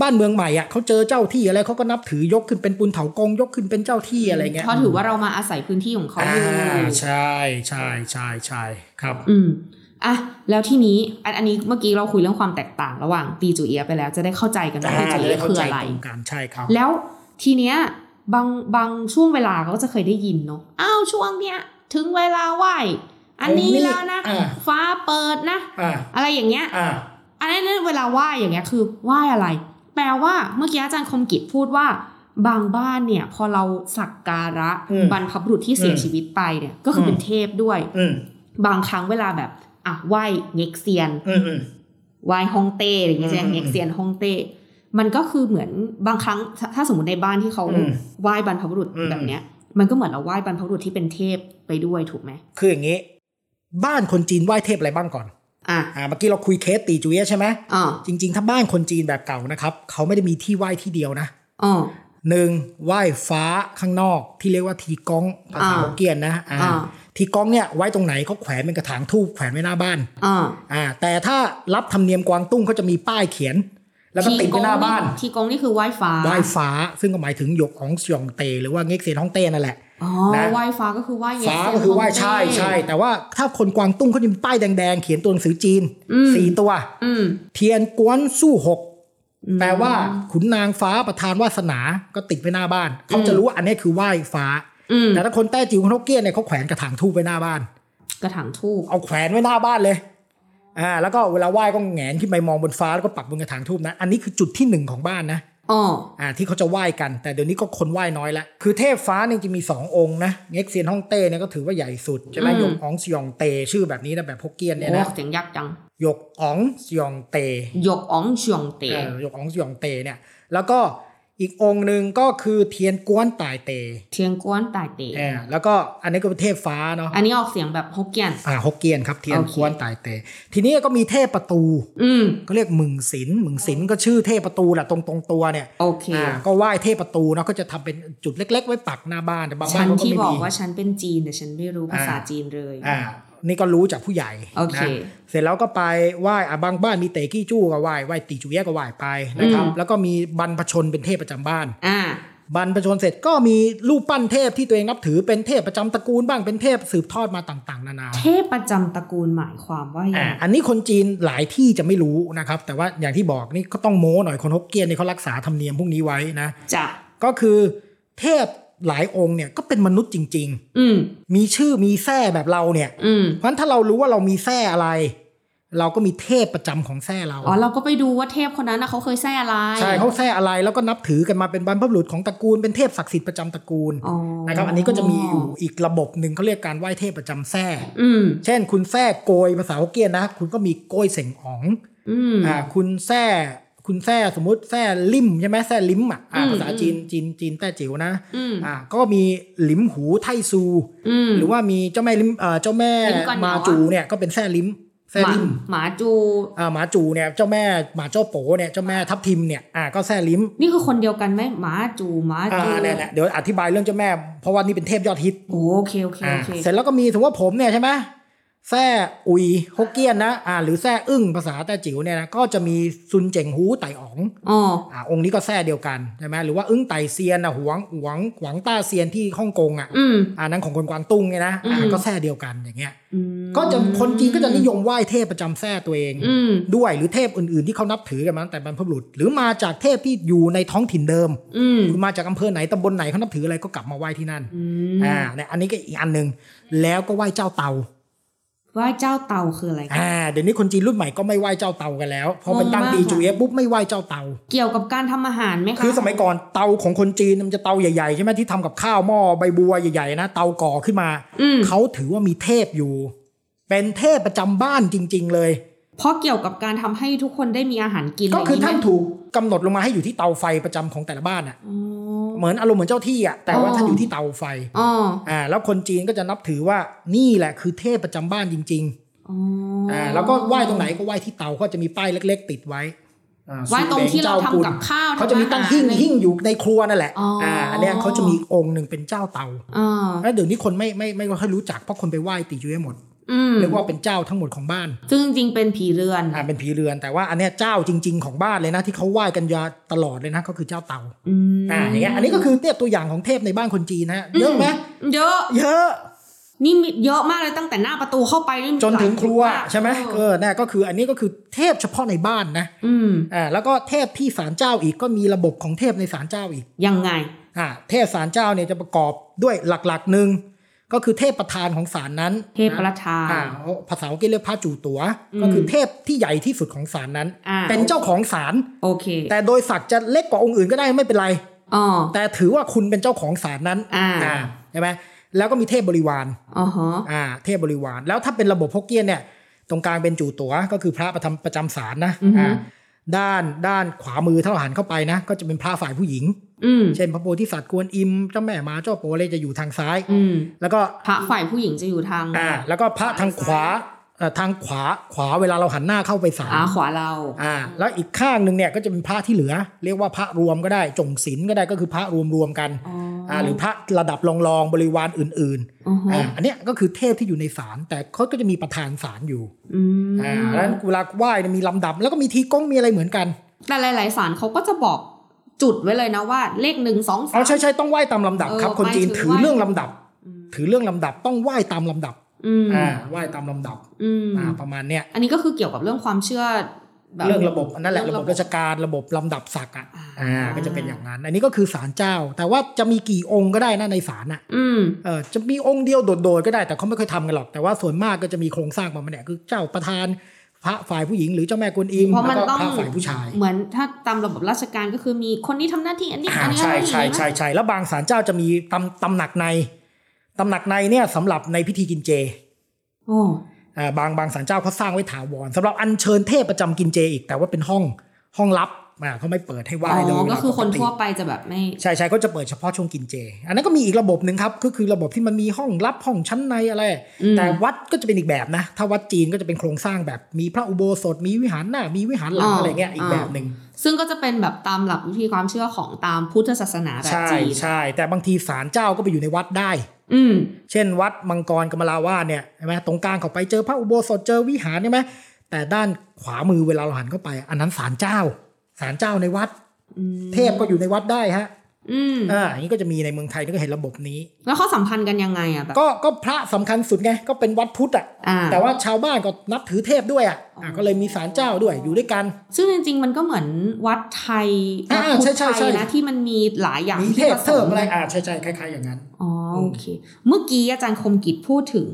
บ้านเมืองใหม่อ่ะเขาเจอเจ้าที่อะไรเขาก็นับถือยกขึ้นเป็นปุนเถากงยกขึ้นเป็นเจ้าที่อะไรเงี้ย เพราะถือว่าเรามาอาศัยพื้นที่ของเขา อ่า อยู่ ใช่ใช่ใช่ใช่ครับ อืม อ่ะ แล้วที่นี้ อันอันนี้เมื่อกี้เราคุยเรื่องความแตกต่างระหว่างตีจูเอียะไปแล้ว จะได้เข้าใจกันว่าตี อ่า จู เล เอี ย ยะ เข้า คือ ใจ อะไร ตรงกันใช่ครับ แล้วทีเนี้ยบางบางช่วงเวลาก็จะเคยได้ยินเนาะ อ้าวช่วงเนี้ย ถึงเวลาไหวอันนี้แล้วนะ อ่า ฟ้าเปิดนะ อ่า อะไรอย่างเงี้ย อ่า อันนั้นเวลาไหว้อย่างเงี้ยคือไหว้อะไร แปลว่าเมื่อกี้อาจารย์คมกิจพูดว่า บางบ้านเนี่ย พอเราสักการะ อืม บรรพบุรุษที่เสียชีวิตไปเนี่ย ก็คืออ ม เป็นเทพด้วย อืม บางครั้งเวลาแบบอ่ะไหว้เง็กเซียน อืมอืม ไหว้ฮองเต้อะไรอย่างเงี้ยใช่ไห อื ม ม เง็กเซียนฮองเต้มันก็คือเหมือนบางครั้งถ้าถ้าสมมติในบ้านที่เขา อืม ไหว้บรรพบุรุษ อืม แบบเนี้ย มันก็เหมือนเราไหว้บรรพบุรุษที่เป็นเทพไปด้วยถูกไหม คืออย่างงี้ บ้านคนจีนไหว้เทพอะไรบ้างก่อน อ่ะ อ่าเมื่อกี้เราคุยเคสตีจุเอียะใช่ไหม อ่อ จริงๆ ถ้าบ้านคนจีนแบบเก่านะครับ เขาไม่ได้มีที่ไหว้ที่เดียวนะ อ่อ หนึ่งไหว้ฟ้าข้างนอกที่เรียกว่าทีก้องภาษา อ่า ฮกเกี้ยนนะอ่า อ่า ทีก้องเนี่ยไว้ตรงไหนเขาแขวนเป็นกระถางทูบแขวนไว้หน้าบ้าน อ่อ อ่าแต่ถ้ารับธรรมเนียมกวางตุ้งเขาจะมีป้ายเขียน แล้วก็ติดไว้หน้าบ้าน ทีกงนี่คือไหว้ฟ้า ไหว้ฟ้า ซึ่งก็หมายถึงหยกของสยองเต หรือว่าเง็กเซียนฮ่องเต้นั่นแหละ อ๋อ นะ ไหว้ฟ้าก็คือไหว้เย ฟ้า เซียน ก็คือไหว้ ฮ่งเต้ ใช่ใช่แต่ว่าถ้าคนกวางตุ้งเขาจะมีป้ายแดงๆเขียนตัวหนังสือจีน อืม สี่ตัว อืม เทียนกวนสู้หก อืม แปลว่าขุนนางฟ้าประธานวาสนาก็ติดไว้หน้าบ้าน เขาจะรู้ว่าอันนี้คือไหว้ฟ้า อืม แต่ถ้าคนแต้จิ๋วคนฮกเกี้ยนเนี่ยเขาแขวนกระถางทูบไว้หน้าบ้าน กระถางทูบ เอาแขวนไว้หน้าบ้านเลยอ่าแล้วก็เวลาไหว้ก็แหงนขึ้นไปมองบนฟ้าแล้วก็ปักบนกระถางทูบนะ อันนี้คือจุดที่หนึ่งของบ้านนะ อ๋อ อ่าที่เขาจะไหว้กัน แต่เดี๋ยวนี้ก็คนไหว้น้อยละคือเทพฟ้าเนี่ยจะมีสององค์นะเง็กเซียนฮ่องเต้เนี่ยก็ถือว่าใหญ่สุดใช่ไหมหยกอ๋องสยองเตชื่อแบบนี้นะแบบพกเกี้ยนเนี่ย โอ้ นะ เสียงยักษ์จัง หยกอ๋องสยองเต หยกอ๋องเฉียงเตะ เออหยกอ๋องสยองเตเนี่ย แล้วก็อีกองค์หนึ่งก็คือเทียนกวนตายเต เทียงกวนตายเตะ เออแล้วก็อันนี้ก็เป็นเทพฟ้าเนาะ อันนี้ออกเสียงแบบฮกเกี้ยน อ่าฮกเกี้ยนครับเทียน โอเค กวนตายเต ทีนี้ก็มีเทพประตู อืม ก็เรียกมึงศิลมึงศิลก็ชื่อเทพประตูแหละตรงตรงๆตัวเนี่ย โอเค อ่าก็ไหว้เทพประตูเนาะก็จะทำเป็นจุดเล็ก ๆ ไว้ปักหน้าบ้านแต่บาง ฉั บ้าน น เขาก็ ที่ ไม่ บอ มี กว่าฉันเป็นจีนแต่ฉันไม่รู้ภาษา อ่า จีนเลย อ่า นี่ก็รู้จากผู้ใหญ่ โอเค นะเสร็จแล้วก็ไปไหว้อ่ะบางบ้านมีเตะกี้จู้ก็ไหว้ไหว้ตีจุเยะก็ไหว้ไปนะครับ อืม แล้วก็มีบรรพชนเป็นเทพประจำบ้าน อ่า บรรพชนเสร็จก็มีรูปปั้นเทพที่ตัวเองนับถือเป็นเทพประจำตระกูลบ้างเป็นเทพสืบทอดมาต่างๆ นานา เทพประจำตระกูลหมายความว่าอย่า อ่าง อันนี้คนจีนหลายที่จะไม่รู้นะครับ แต่ว่าอย่างที่บอกนี่ก็ต้องโม้หน่อยคนฮกเกี้ยนเนี่ยเขารักษาธรรมเนียมพวกนี้ไว้นะ จะ ก็คือเทพหลายองค์เนี่ยก็เป็นมนุษย์จริง อืม ๆ มีชื่อมีแทร่แบบเราเนี่ย อืม เพราะฉะนั้นถ้าเรารู้ว่าเรามีแทร่อะไร เราก็มีเทพประจำของแทร่เรา อ๋อเราก็ไปดูว่าเทพคนนั้นนะเขาเคยแซ่อะไร ใช่เขาแทร่อะไรแล้วก็นับถือกันมาเป็นบรรพบุรุษของตระกูลเป็นเทพศักดิ์สิทธิ์ประจำตระกูล อ๋อ นะครับอันนี้ก็จะมีอยู่อีกระบบหนึ่งเขาเรียกการไหว้เทพประจำแทร่ อืม เช่น คุณแทร่โกยภาษาฮกเกี้ยนนะ คุณก็มีโกยเสงอ๋อง อืม อ่าคุณแทร่คุณแทร่สมมติแทร่ลิมใช่ไหมแทร่ลิมอ่ะอ่า อืม ภาษาจีนจีนจีนแต้จิ๋วนะ อืม อ่าก็มีลิมหูไทซู อืม หรือว่ามีเจ้าแม่ลิมเอ่อเจ้าแม่ ลิ้มก่อนเหรอ มาจูเนี่ยก็เป็นแทร่ลิมแทร่ หมา ลิม หมาจู อ่าหมาจูเนี่ยเจ้าแม่หมาเจ้าโปเนี่ยเจ้าแม่ทับทิมเนี่ยอ่าก็แทร่ลิม นี่คือคนเดียวกันไหมหมาจูหมา อ่า จู เนี่ยเนี่ยเดี๋ยวอธิบายเรื่องเจ้าแม่เพราะว่านี่เป็นเทพยอดฮิต โอเคโอเค อ่า โอเค เสร็จแล้วก็มีถือว่าผมเนี่ยใช่ไหมแซ่อุยฮกเกี้ยนนะอ่าหรือแซ่อึ้งภาษาแต้จิ๋วเนี่ยนะก็จะมีซุนเจ๋งฮูไต่อ๋อง อ๋อ อ่าองค์นี้ก็แซ่เดียวกันใช่ไหมหรือว่าอึ้งไต่เซียนนะหวงหวงหวังต้าเซียนที่ฮ่องกงอ่ะ อืม อ่านั้นของคนกวางตุ้งเนี่ยนะอ่า อืม ก็แซ่เดียวกันอย่างเงี้ย อืม ก็จะคนจีนก็จะนิยมไหว้เทพประจำแซ่ตัวเอง อืม ด้วยหรือเทพอื่นๆที่เขานับถือกันมาตั้งแต่บรรพบุรุษหรือมาจากเทพที่อยู่ในท้องถิ่นเดิม อืม คุณมาจากอำเภอไหนตำบลไหนเขานับถืออะไรก็กลับมาไหว้ที่นั่น อืม อ่าเนี่ยอันนี้ก็อีกอันหนึ่งแล้วก็ไหว้เจ้าเตา ไหว่าเจ้าเต่าคืออะไร อ่าเดี๋ยวนี้คนจีนรุ่นใหม่ก็ไม่ไหว้เจ้าเตากันแล้วพอเป็นตั้ง งงมาก ตีจูเอฟปุ๊บไม่ไหว้เจ้าเตา เกี่ยวกับการทำอาหารไหมคะ คือสมัยก่อนเตาของคนจีนมันจะเตาใหญ่ๆใช่ไหมที่ทำกับข้าวหม้อใบบัวใหญ่ๆนะเตาก่อขึ้นมา อืม เขาถือว่ามีเทพอยู่ เป็นเทพประจำบ้านจริง ๆ เลย เพราะเกี่ยวกับการทำให้ทุกคนได้มีอาหารกิน ก็คือ อะไร ท่าน ย่งงี้ไหม ถูกกำหนดลงมาให้อยู่ที่เตาไฟประจำของแต่ละบ้านอ่ะ อ๋อ เหมือนอารมณ์เหมือนเจ้าที่อ่ะแต่ว่า อ๋อ ท่านอยู่ที่เตาไฟ อ๋อ อ่าแล้วคนจีนก็จะนับถือว่านี่แหละคือเทพประจำบ้านจริง ๆ อ๋ออ อ่าแล้วก็ไหว้ตรงไหนก็ไหว้ที่เตาก็จะมีป้ายเล็ก ๆ ติดไว้อ่ ไหว้ตรงที่เราทำกับข้าว เขาจะมีตั้ง ทำอหร หิ้งหิ้งอยู่ในครัวนั่นแหละ อ๋ออ่ นเนี้ยเขาจะมีองค์หนึ่งเป็นเจ้าเตา อ่า แล้วเดี๋ยวนี้คนไม่ไม่ไม่ค่อยรู้จักเพราะคนไปไหว้ตีจุ้ยหมด อืม เรียกว่าเป็นเจ้าทั้งหมดของบ้าน ซึ่งจริงๆเป็นผีเรือน อ่าเป็นผีเรือนแต่ว่าอันเนี้ยเจ้าจริง ๆของบ้านเลยนะที่เขาไหว้กันยาตลอดเลยนะก็คือเจ้าเตา อืม อ่าอย่างเงี้ยอันนี้ก็คือเนี่ยตัวอย่างของเทพในบ้านคนจีนนะฮะเยอะไหม เยอะ เยอะ นี่มีเยอะมากเลยตั้งแต่หน้าประตูเข้าไปนี่มี จนถึงครัว หลายจุดาก ใช่ไหม เอ เอ อ อเนี่ยก็คืออันนี้ก็คือเทพเฉพาะในบ้านนะ อืม อ่าแล้วก็เทพที่ศาลเจ้าอีกก็มีระบบของเทพในศาลเจ้าอีก ยังไง อ่าเทพศาลเจ้าเนี่ยจะประกอบด้วยหลักๆหนึ่งก็คือเทพประธานของศาลนั้น เทพประธาน อ่าภาษาอังกฤษเรียกพระจูตัว อืม ก็คือเทพที่ใหญ่ที่สุดของศาลนั้น อ่า เป็นเจ้าของศาล โอเค แต่โดยศักดิ์จะเล็กกว่าองค์อื่นก็ได้ไม่เป็นไร อ๋อ แต่ถือว่าคุณเป็นเจ้าของศาลนั้น อ่า ใช่ไหมแล้วก็มีเทพบริวาร อ๋อฮะ อ่าเทพบริวาร แล้วถ้าเป็นระบบพกเกี้ยนเนี่ยตรงกลางเป็นจูตัวก็คือพระประจำประจำศาลนะ อือฮึ อ่า ด้านด้านขวามือถ้าเราหันเข้าไปนะ ก็จะเป็นพระฝ่ายผู้หญิง อืม เช่นพระโพธิสัตว์กวนอิมเจ้าแม่หมาเจ้าโปเลยจะอยู่ทางซ้าย อืม แล้วก็ พระฝ่ายผู้หญิงจะอยู่ทาง อ่าแล้วก็พระทางขวาเอ่อทางขวาขวาเวลาเราหันหน้าเข้าไปศาล อ่าขวาเรา อ่าแล้วอีกข้างหนึ่งเนี่ยก็จะเป็นพระที่เหลือ เรียกว่าพระรวมก็ได้จงศิลก็ได้ก็คือพระรวมรวมๆกัน อ๋ออ่ ่าหรือพระระดับรองรองๆบริวารอื่น อ๋อฮะๆอ่าอันเนี้ยก็คือเทพที่อยู่ในศาลแต่เขาก็จะมีประธานศาลอยู่ อืม อ่าแล้วเวลาไหว้เนี่ยมีลำดับ แล้วก็มีทีก้งมีอะไรเหมือนกัน แต่หลาย ๆ สารเขาก็จะบอกจุดไว้เลยนะว่า เลขหนึ่งสอง อ๋ สา อ ม ใช่ใช่ต้องไหว้ตามลำดับ เออ ครับคนจีน ไปถื ถื อไหอว้ เรื่องลำดับ ถือเรื่องลำดับต้องไหว้ตามลำดับ อืม อ่าไหว้ตามลำดับ อืม อ่าประมาณเนี้ย อันนี้ก็คือเกี่ยวกับเรื่องความเชื่อแบบ เรื่องระบบอันนั่นแหละ เรื่ ระ อง บ ระ บ บบ ราชการระบบลำดับศักดิ์อ่ะ อ่า อ่าก็จะเป็นอย่างนั้น อันนี้ก็คือศาลเจ้า แต่ว่าจะมีกี่องค์ก็ได้นะในศาลอ่ะ อืม เออจะมีองค์เดียวโดดๆก็ได้แต่เขาไม่ค่อยทำกันหรอกแต่ว่าส่วนมากก็จะมีโครงสร้างประมาณเนี้ยคือเจ้าประธาน พระฝ่ายผู้หญิงหรือเจ้าแม่กวนอิม เพราะ แล้ มัน วก็ ต้อง พระฝ่ายผู้ชาย เหมือนถ้าตามระบบราชการก็คือมีคนนี้ทำหน้าที่อันนี้ อ่า อันนี้อะใช่ไรอย่าง ใช่ เงี้ย ใช่ใช่แล้วบางศาลเจ้าจะมีตำตำหนักในตำหนักในเนี่ยสำหรับในพิธีกินเจ โอ้ อ่าบางบางศาลเจ้าเขาสร้างไว้ถาวรสำหรับอัญเชิญเทพประจำกินเจอีกแต่ว่าเป็นห้องห้องลับอ่าเขาไม่เปิดให้ไหว้เลย อ๋อ เวลา ก็คือคน ปติ ทั่วไปจะแบบไม่ ใช่ใช่ก็จะเปิดเฉพาะช่วงกินเจ อันนั้นก็มีอีกระบบหนึ่งครับก็คือระบบที่มันมีห้องลับห้องชั้นในอะไร อืม แต่วัดก็จะเป็นอีกแบบนะ ถ้าวัดจีนก็จะเป็นโครงสร้างแบบมีพระอุโบสถ มีวิหารหน้า มีวิหารหลังอะไรเงี้ยอีกแบบหนึ่ง ซึ่งก็จะเป็นแบบตามหลักวิธีความเชื่อของตามพุทธศาสนาแบบ ใช่ จีน ใช่แต่บางทีศาลเจ้าก็ไปอยู่ในวัดได้ อืม เช่น วัดมังกรกมลาวาสเนี่ยใช่ไหมตรงกลางเขาไปเจอพระอุโบสถเจอวิหารใช่ไหมแต่ด้านขวามือเวลาเราหันเข้าไป อันนั้นศาลเจ้าศาลเจ้าในวัด อืม เทพก็อยู่ในวัดได้ฮะ อืม อ่าอย่างนี้ก็จะมีในเมืองไทยนี่ก็เห็นระบบนี้ แล้วเขาสัมพันธ์กันยังไงอ่ะแบบ ก็ก็พระสำคัญสุดไงก็เป็นวัดพุทธอ่ะ อ่า แต่ว่าชาวบ้านก็นับถือเทพด้วยอ่ะอ่ะก็เลยมีศาลเจ้าด้วยอยู่ด้วยกัน ซึ่งจริงๆ มันก็เหมือนวัดไทย อ่า วัดพุทธ ใช่ ไท ใช่ใช่ ยนะที่มันมีหลายอย่าง มีเท ที่ พ ผส เทิมอะไรอ่าใช่ใช่คล้ายๆอย่างนั้น อ๋อโอเค เมื่อกี้อาจารย์คมกิจพูดถึง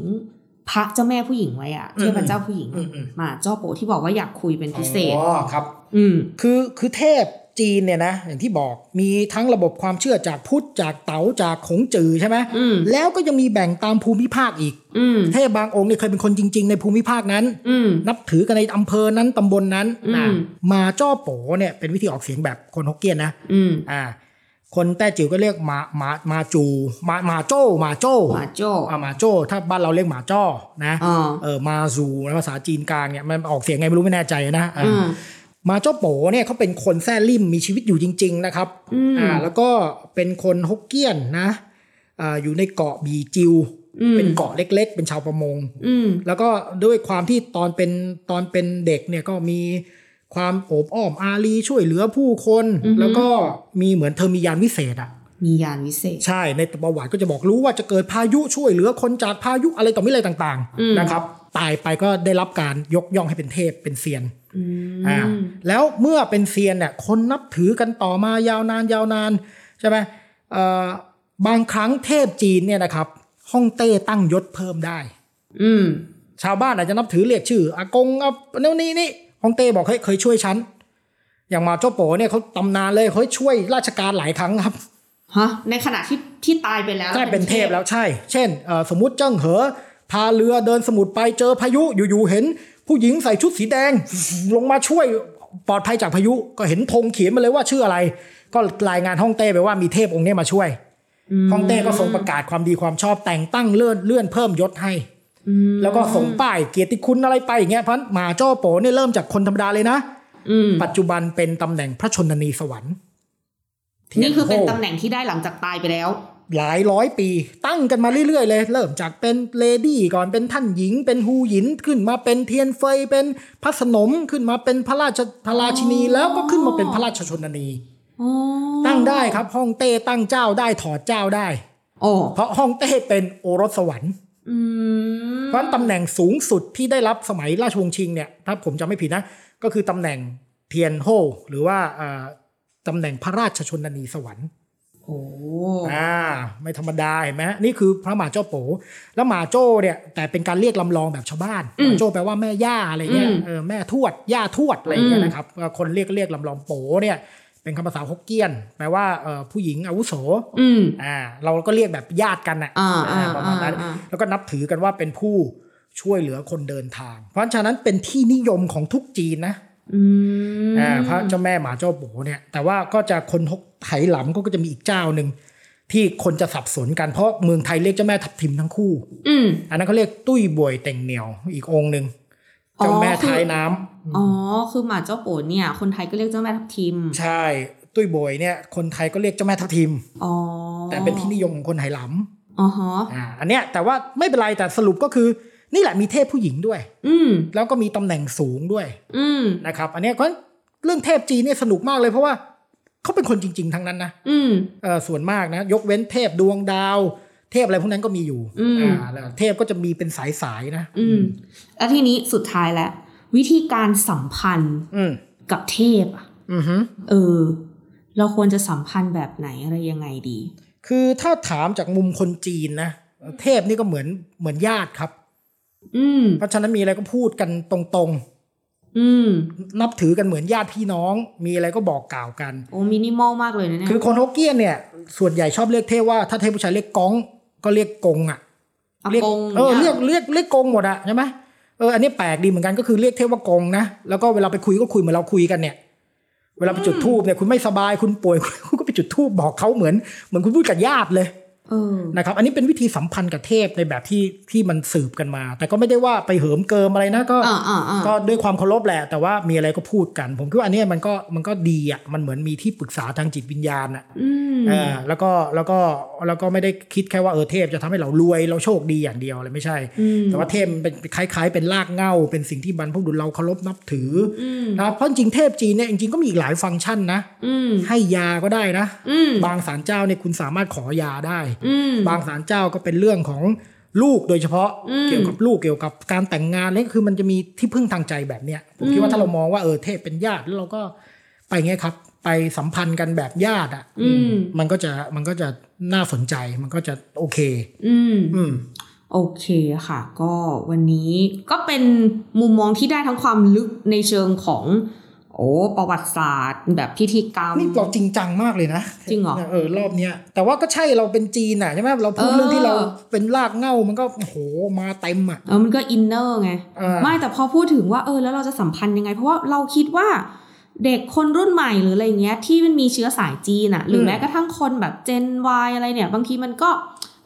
พระเจ้าแม่ผู้หญิงไว้อะ อืม เทพเจ้าผู้หญิง อืมอืม มาเจ้าโปที่บอกว่าอยากคุยเป็นพิเศษ อ๋อครับ อืม คือคือเทพจีนเนี่ยนะอย่างที่บอกมีทั้งระบบความเชื่อจากพุทธจากเต๋าจากขงจือใช่ไหม อืม แล้วก็ยังมีแบ่งตามภูมิภาคอีก อืม เทพบางองค์เนี่ยเคยเป็นคนจริง ๆ ในภูมิภาคนั้น อืม นับถือกันในอำเภอนั้นตำบลนั้นนะ อืม มาจ้อโปเนี่ยเป็นวิธีออกเสียงแบบคนฮกเกี้ยนนะ อืม อ่า คนแต้จิ๋วก็เรียกหมาหมาหมาจูหมาหมาโจ้หมาโจ้ หมาโจ้ อ่าหมาโจ้ถ้าบ้านเราเรียกหมาจ้อนะ อ๋อ เออมาซูนะภาษาจีนกลางเนี่ยมันออกเสียงไงไม่รู้ไม่แน่ใจนะอ่า อืม หมาโจ้โปเนี่ยเขาเป็นคนแซ่ลิ่มมีชีวิตอยู่จริง ๆ นะครับ อืม แล้วก็เป็นคนฮกเกี้ยนนะอ่าอยู่ในเกาะบีจิว อืม เป็นเกาะเล็ก ๆ เป็นชาวประมง อืม แล้วก็ด้วยความที่ตอนเป็นตอนเป็นเด็กเนี่ยก็มีความโอบอ้อมอารีช่วยเหลือผู้คน อือฮึ แล้วก็มีเหมือนเธอมียานวิเศษอ่ะ มียานวิเศษ ใช่ในประวัติก็จะบอกรู้ว่าจะเกิดพายุช่วยเหลือคนจากพายุอะไรต่อมิอะไรต่าง อืม ๆนะครับตายไปก็ได้รับการยกย่องให้เป็นเทพเป็นเซียน อืม อ่าแล้วเมื่อเป็นเซียนเนี่ยคนนับถือกันต่อมายาวนานยาวนานใช่ไหมเอ่อบางครั้งเทพจีนเนี่ยนะครับฮ่องเต้ตั้งยศเพิ่มได้ อืม ชาวบ้านอาจจะนับถือเรียกชื่ออากงอ่ะเนี่ยนี่นี่ฮองเต้บอกเฮ้ยเคยช่วยฉัน อย่างมาโจโปเนี่ยเขาตำนานเลยเขาช่วยราชการหลายครั้งครับ ฮะในขณะที่ที่ตายไปแล้ว ใช่เป็นเทพแล้วใช่ เช่นเอ่อสมมติเจิ้งเหอ พาเรือเดินสมุทรไปเจอพายุอยู่ๆเห็น ผู้หญิงใส่ชุดสีแดง ลงมาช่วยปลอดภัยจากพายุก็เห็นธงเขียนมาเลยว่าชื่ออะไร ก็รายงานฮ่องเต้ไปว่ามีเทพองค์เนี้มาช่วยฮ่องเต้ก็ทรงประกาศความดีความชอบแต่งตั้งเลื่อนเลื่อนเพิ่มยศให้ อืม แล้วก็ส่งป้ายเกียรติคุณอะไรไปอย่างเงี้ยเพราะฉะนั้นหมาจ้อโปเนี่ยเริ่มจากคนธรรมดาเลยนะ อืม ปัจจุบันเป็นตำแหน่งพระชนนีสวรรค์ นี่คือเป็น โโห ตำแหน่งที่ได้หลังจากตายไปแล้ว หลายร้อยปี ตั้งกันมาเรื่อยๆเลย เริ่มจากเป็นเลดี้ก่อนเป็นท่านหญิง เป็นฮูหยินขึ้นมาเป็นเทียนเฟยเป็นพระสนมขึ้นมาเป็นพระราชพระราชินี อ๋อ แล้วก็ขึ้นมาเป็นพระราชชนนี ตั้งได้ครับห้องเต้ตั้งเจ้าได้ถอดเจ้าได้ โอ้ เพราะห้องเต้เป็นโอรสสวรรค์ อืม เพราะฉะนั้นตำแหน่งสูงสุดที่ได้รับสมัยราชวงศ์ชิงเนี่ยถ้าผมจำไม่ผิดนะ ก็คือตำแหน่งเทียนโฮหรือว่าเอ่อตำแหน่งพระราชชนนีสวรรค์ โอ้ อ่าไม่ธรรมดาเห็นไหมนี่คือพระหมาโจ้โปแล้วหมาโจ้เนี่ยแต่เป็นการเรียกลำลองแบบชาวบ้านหมาโจ้แปลว่าแม่ย่าอะไรเงี้ยเออแม่ทวดย่าทวดอะไรเงี้ยนะครับก็คนเรียกเรียกลำลองโปเนี่ยเป็นคำภาษาฮกเกี้ยน แปลว่าเอ่อผู้หญิงอาวุโส อืม อ่าเราก็เรียกแบบญาติกันน่ะ อ่าอ่า อ่าประมาณนั้น อ่า แล้วก็นับถือกันว่าเป็นผู้ช่วยเหลือคนเดินทาง เพราะฉะนั้นเป็นที่นิยมของทุกจีนนะ อืม อ่าพระเจ้าแม่หมาเจ้าโบเนี่ย แต่ว่าก็จะคนฮกไหหลำก็จะมีอีกเจ้าหนึ่งที่คนจะสับสนกันเพราะเมืองไทยเรียกเจ้าแม่ทับทิมทั้งคู่ อืม อันนั้นเขาเรียกตุ้ยบวยแต่งเหนียวอีกองค์หนึ่งเจ้าแม่ท้ายน้ำ อ๋อ คือหมาเจ้าโปเนี่ย คนไทยก็เรียกเจ้าแม่ทับทิม ใช่ตุ้ยบวยเนี่ยคนไทยก็เรียกเจ้าแม่ทับทิม อ๋อ แต่เป็นที่นิยมของคนไหหลำ อ๋อฮะ อ่าอันเนี้ยแต่ว่าไม่เป็นไรแต่สรุปก็คือนี่แหละมีเทพผู้หญิงด้วย อืม แล้วก็มีตำแหน่งสูงด้วย อืม นะครับอันเนี้ยก็เรื่องเทพจีนเนี่ยสนุกมากเลยเพราะว่าเขาเป็นคนจริง ๆ ทั้งนั้นนะ อืม เออส่วนมากนะ ยกเว้นเทพดวงดาว เทพอะไรพวกนั้นก็มีอยู่ อืม แล้วเทพก็จะมีเป็นสายๆนะ อืม แล้วทีนี้สุดท้ายแล้ว วิธีการสัมพันธ์ อืม กับเทพอะ อือฮึ เออ เราควรจะสัมพันธ์แบบไหนอะไรยังไงดี คือถ้าถามจากมุมคนจีนนะเทพนี่ก็เหมือนเหมือนญาติครับ อืม เพราะฉะนั้นมีอะไรก็พูดกันตรง อืม นับถือกันเหมือนญาติพี่น้อง มีอะไรก็บอกกล่าวกัน โอ้มินิมอลมากเลยนะเนี่ย คือคนฮกเกี้ยนเนี่ย ส่วนใหญ่ชอบเรียกเทพว่าถ้าเทพผู้ชายเรียกก้องก็เรียกกงอ่ะ อาก เรียก ง เออเรี นี่ ยกเรียกเรียกกงหมดอะใช่ไหมเอออันนี้แปลกดีเหมือนกันก็คือเรียกเทพว่ากงนะแล้วก็เวลาไปคุยก็คุยเหมือนเราคุยกันเนี่ย เวลาไปจุดทูบเนี่ยคุณไม่สบายคุณป่วย คุณก็ไปจุดทูบบอกเขาเหมือนเหมือนคุณพูดกับญาติเลย เออ นะครับ อันนี้เป็นวิธีสัมพันธ์กับเทพในแบบที่ที่มันสืบกันมา แต่ก็ไม่ได้ว่าไปเหิมเกิมอะไรนะก็ อ่าอ่าอ่า ก็ด้วยความเคารพแหละ แต่ว่ามีอะไรก็พูดกัน ผมคิดว่าอันเนี้ยมันก็มันก็ดีอ่ะมันเหมือนมีที่ปรึกษาทางจิตวิญญาณอ่ะ อืม อ่าแล้วก็แล้วก็แล้วก็ไม่ได้คิดแค่ว่าเออเทพจะทำให้เรารวยเราโชคดีอย่างเดียวอะไรไม่ใช่ อืม แต่ว่าเทพมันเป็นคล้ายๆ เป็นรากเหง้าเป็นสิ่งที่บรรพบุรุษเราเคารพนับถือ อืม อนะเพราะจริงๆเทพจีนเนี่ยจริงๆก็มีอีกหลายฟังก์ชันนะ อืม ให้ยาก็ได้นะ อืม บางศาลเจ้าเนี่ยคุณสามารถขอยาได้ อืม บางศาลเจ้าก็เป็นเรื่องของลูกโดยเฉพาะ อืม เกี่ยวกับลูกเกี่ยวกับการแต่งงานเลยคือมันจะมีที่พึ่งทางใจแบบเนี้ยผมคิดว่าถ้าเรามองว่าเออเทพเป็นญาติแล้วเราก็ไปเงี้ยครับ ไปสัมพันธ์กันแบบญาติอ่ะ อืม มันก็จะมันก็จะน่าสนใจมันก็จะโอเค อืม อืม โอเคค่ะ ก็วันนี้ก็เป็นมุมมองที่ได้ทั้งความลึกในเชิงของ โอ้ประวัติศาสตร์ แบบพิธีกรรม นี่เราจริงจังมากเลยนะ จริงเหรอ เออรอบเนี้ยแต่ว่าก็ใช่เราเป็นจีนอ่ะใช่ไหมเราพูเอดอ เรื่องที่เราเป็นรากเหง้ามันก็โอ้โหมาเต็มอ่ะ เออมันก็อินเนอร์ไง เออ ไม่แต่พอพูดถึงว่าเออแล้วเราจะสัมพันธ์ยังไง เพราะว่าเราคิดว่าเด็กคนรุ่นใหม่หรืออะไรเงี้ยที่มันมีเชื้อสายจีนอะหรือแม้กระทั่งคนแบบเจนวายอะไรเนี่ย บางทีมันก็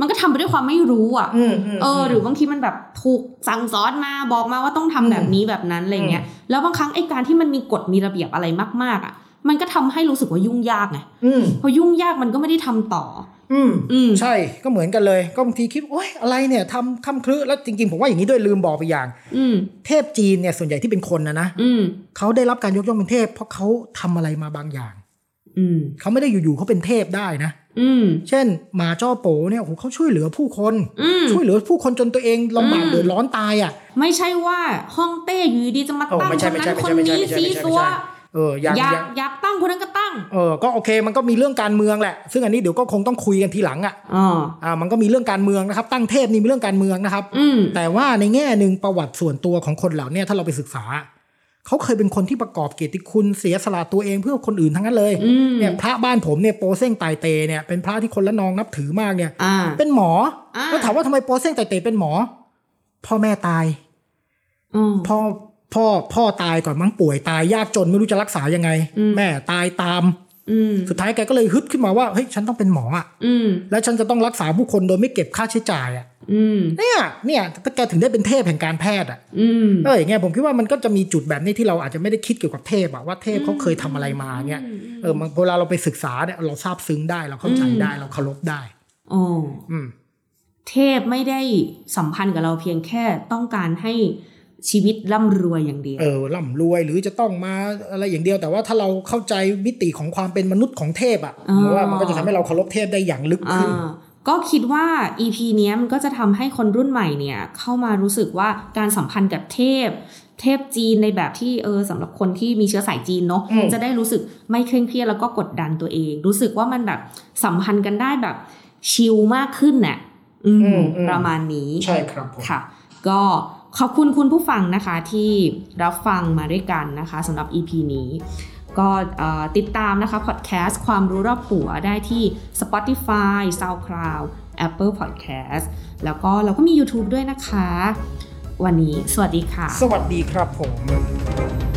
มันก็ทำไปด้วยความไม่รู้อะ อืมม เออ หรือบางทีมันแบบถูกสั่งสอนมาบอกมาว่าต้องทำแบบนี้แบบนั้นอะไรเงี้ยแล้วบางครั้งไอ้การที่มันมีกฎมีระเบียบอะไรมากๆอะมันก็ทำให้รู้สึกว่ายุ่งยากไง อืม พอยุ่งยากมันก็ไม่ได้ทำต่อ อืม อืม ใช่ก็เหมือนกันเลย ก็บางทีคิดโอ๊ยอะไรเนี่ยทำคำคลือแล้วจริงๆ ผมว่าอย่างนี้ด้วยลืมบอกไปอย่าง อืม เทพจีนเนี่ยส่วนใหญ่ที่เป็นคนนะนะ อืม เขาได้รับการยกย่องเป็นเทพ เพราะเขาทำอะไรมาบางอย่าง อืม เขาไม่ได้อยู่ๆเขาเป็นเทพได้นะ อืม เช่นหมาจ้อโปเนี่ยโอ้โหเขาช่วยเหลือผู้คน อืม ช่วยเหลือผู้คนจนตัวเองลำบาก อืม เดือดร้อนตายอ่ะ ไม่ใช่ว่าห้องเต้อยู่ดีๆจะมา โอ้ ตั้ง ไม่ใช่ คน ไม่ นั้นใช่ไม่ คนนี้ใช่ไม่ใช่ไม่ใช่ ซี ไม่ใช่ ซัว ไม่ใช่ เอออย่าง อยาก อย่าง อยากตั้งคนนั้นก็ตั้ง เออก็โอเค มันก็มีเรื่องการเมืองแหละ ซึ่งอันนี้เดี๋ยวก็คงต้องคุยกันทีหลังอ่ะ อ๋อ อ่ามันก็มีเรื่องการเมืองนะครับ ตั้งเทพนี่มีเรื่องการเมืองนะครับ อืม แต่ว่าในแง่หนึ่งประวัติส่วนตัวของคนเหล่าเนี้ถ้าเราไปศึกษา เขาเคยเป็นคนที่ประกอบเกียรติคุณเสียสละตัวเองเพื่อคนอื่นทั้งนั้นเลย อืม เนี่ยพระบ้านผมเนี่ยโปเส้งไตเตเนี่ยเป็นพระที่คนละนองนับถือมากเนี่ย อ่า เป็นหมอ อ่า แล้วถามว่าทำไมโปเส้งไตเตเป็นหมอ พ่อแม่ตาย อืม พ่อพ่อพ่อตายก่อนมั้งป่วยตายยากจนไม่รู้จะรักษายังไง อืม แม่ตายตาม อืม สุดท้ายแกก็เลยฮึดขึ้นมาว่าเฮ้ยฉันต้องเป็นหมออะ อืม และฉันจะต้องรักษาผู้คนโดยไม่เก็บค่าใช้จ่ายอะ อืม เนี่ยเนี่ยแกถึงได้เป็นเทพแห่งการแพทย์อะ อืม เอออย่างเงี้ยผมคิดว่ามันก็จะมีจุดแบบนี้ที่เราอาจจะไม่ได้คิดเกี่ยวกับเทพอะว่าเทพเขาเคยทำอะไรมาเงี้ยเออมันเวลาเราไปศึกษาเนี่ยเราซาบซึ้งได้เราเข้าใจได้เราเคารพได้ โอ้ อืม เทพไม่ได้สัมพันธ์กับเราเพียงแค่ต้องการให้ชีวิตร่ำรวยอย่างเดียว เออร่ำรวยหรือจะต้องมาอะไรอย่างเดียว แต่ว่าถ้าเราเข้าใจมิติของความเป็นมนุษย์ของเทพอะผมว่ามันก็จะทำให้เราเคารพเทพได้อย่างลึก อ่ ขึ้นา ก็คิดว่า EP เนี้ยมันก็จะทำให้คนรุ่นใหม่เนี่ย เข้ามารู้สึกว่าการสัมพันธ์กับเทพ เทพจีนในแบบที่เออสำหรับคนที่มีเชื้อสายจีนเนาะ อืม จะได้รู้สึกไม่เคร่งเครียดแล้วก็กดดันตัวเอง รู้สึกว่ามันแบบสัมพันธ์กันได้แบบชิลมากขึ้นน่ะอืม อืมอืม ประมาณนี้ ใช่ครับผม ค่ะ ก็ขอบคุณคุณผู้ฟังนะคะที่รับฟังมาด้วยกันนะคะสำหรับ EP นี้ ก็เอ่อติดตามนะคะพอดแคสต์ความรู้รอบหัวได้ที่ Spotify SoundCloud Apple Podcast แล้วก็เราก็มี YouTube ด้วยนะคะ วันนี้สวัสดีค่ะ สวัสดีครับผม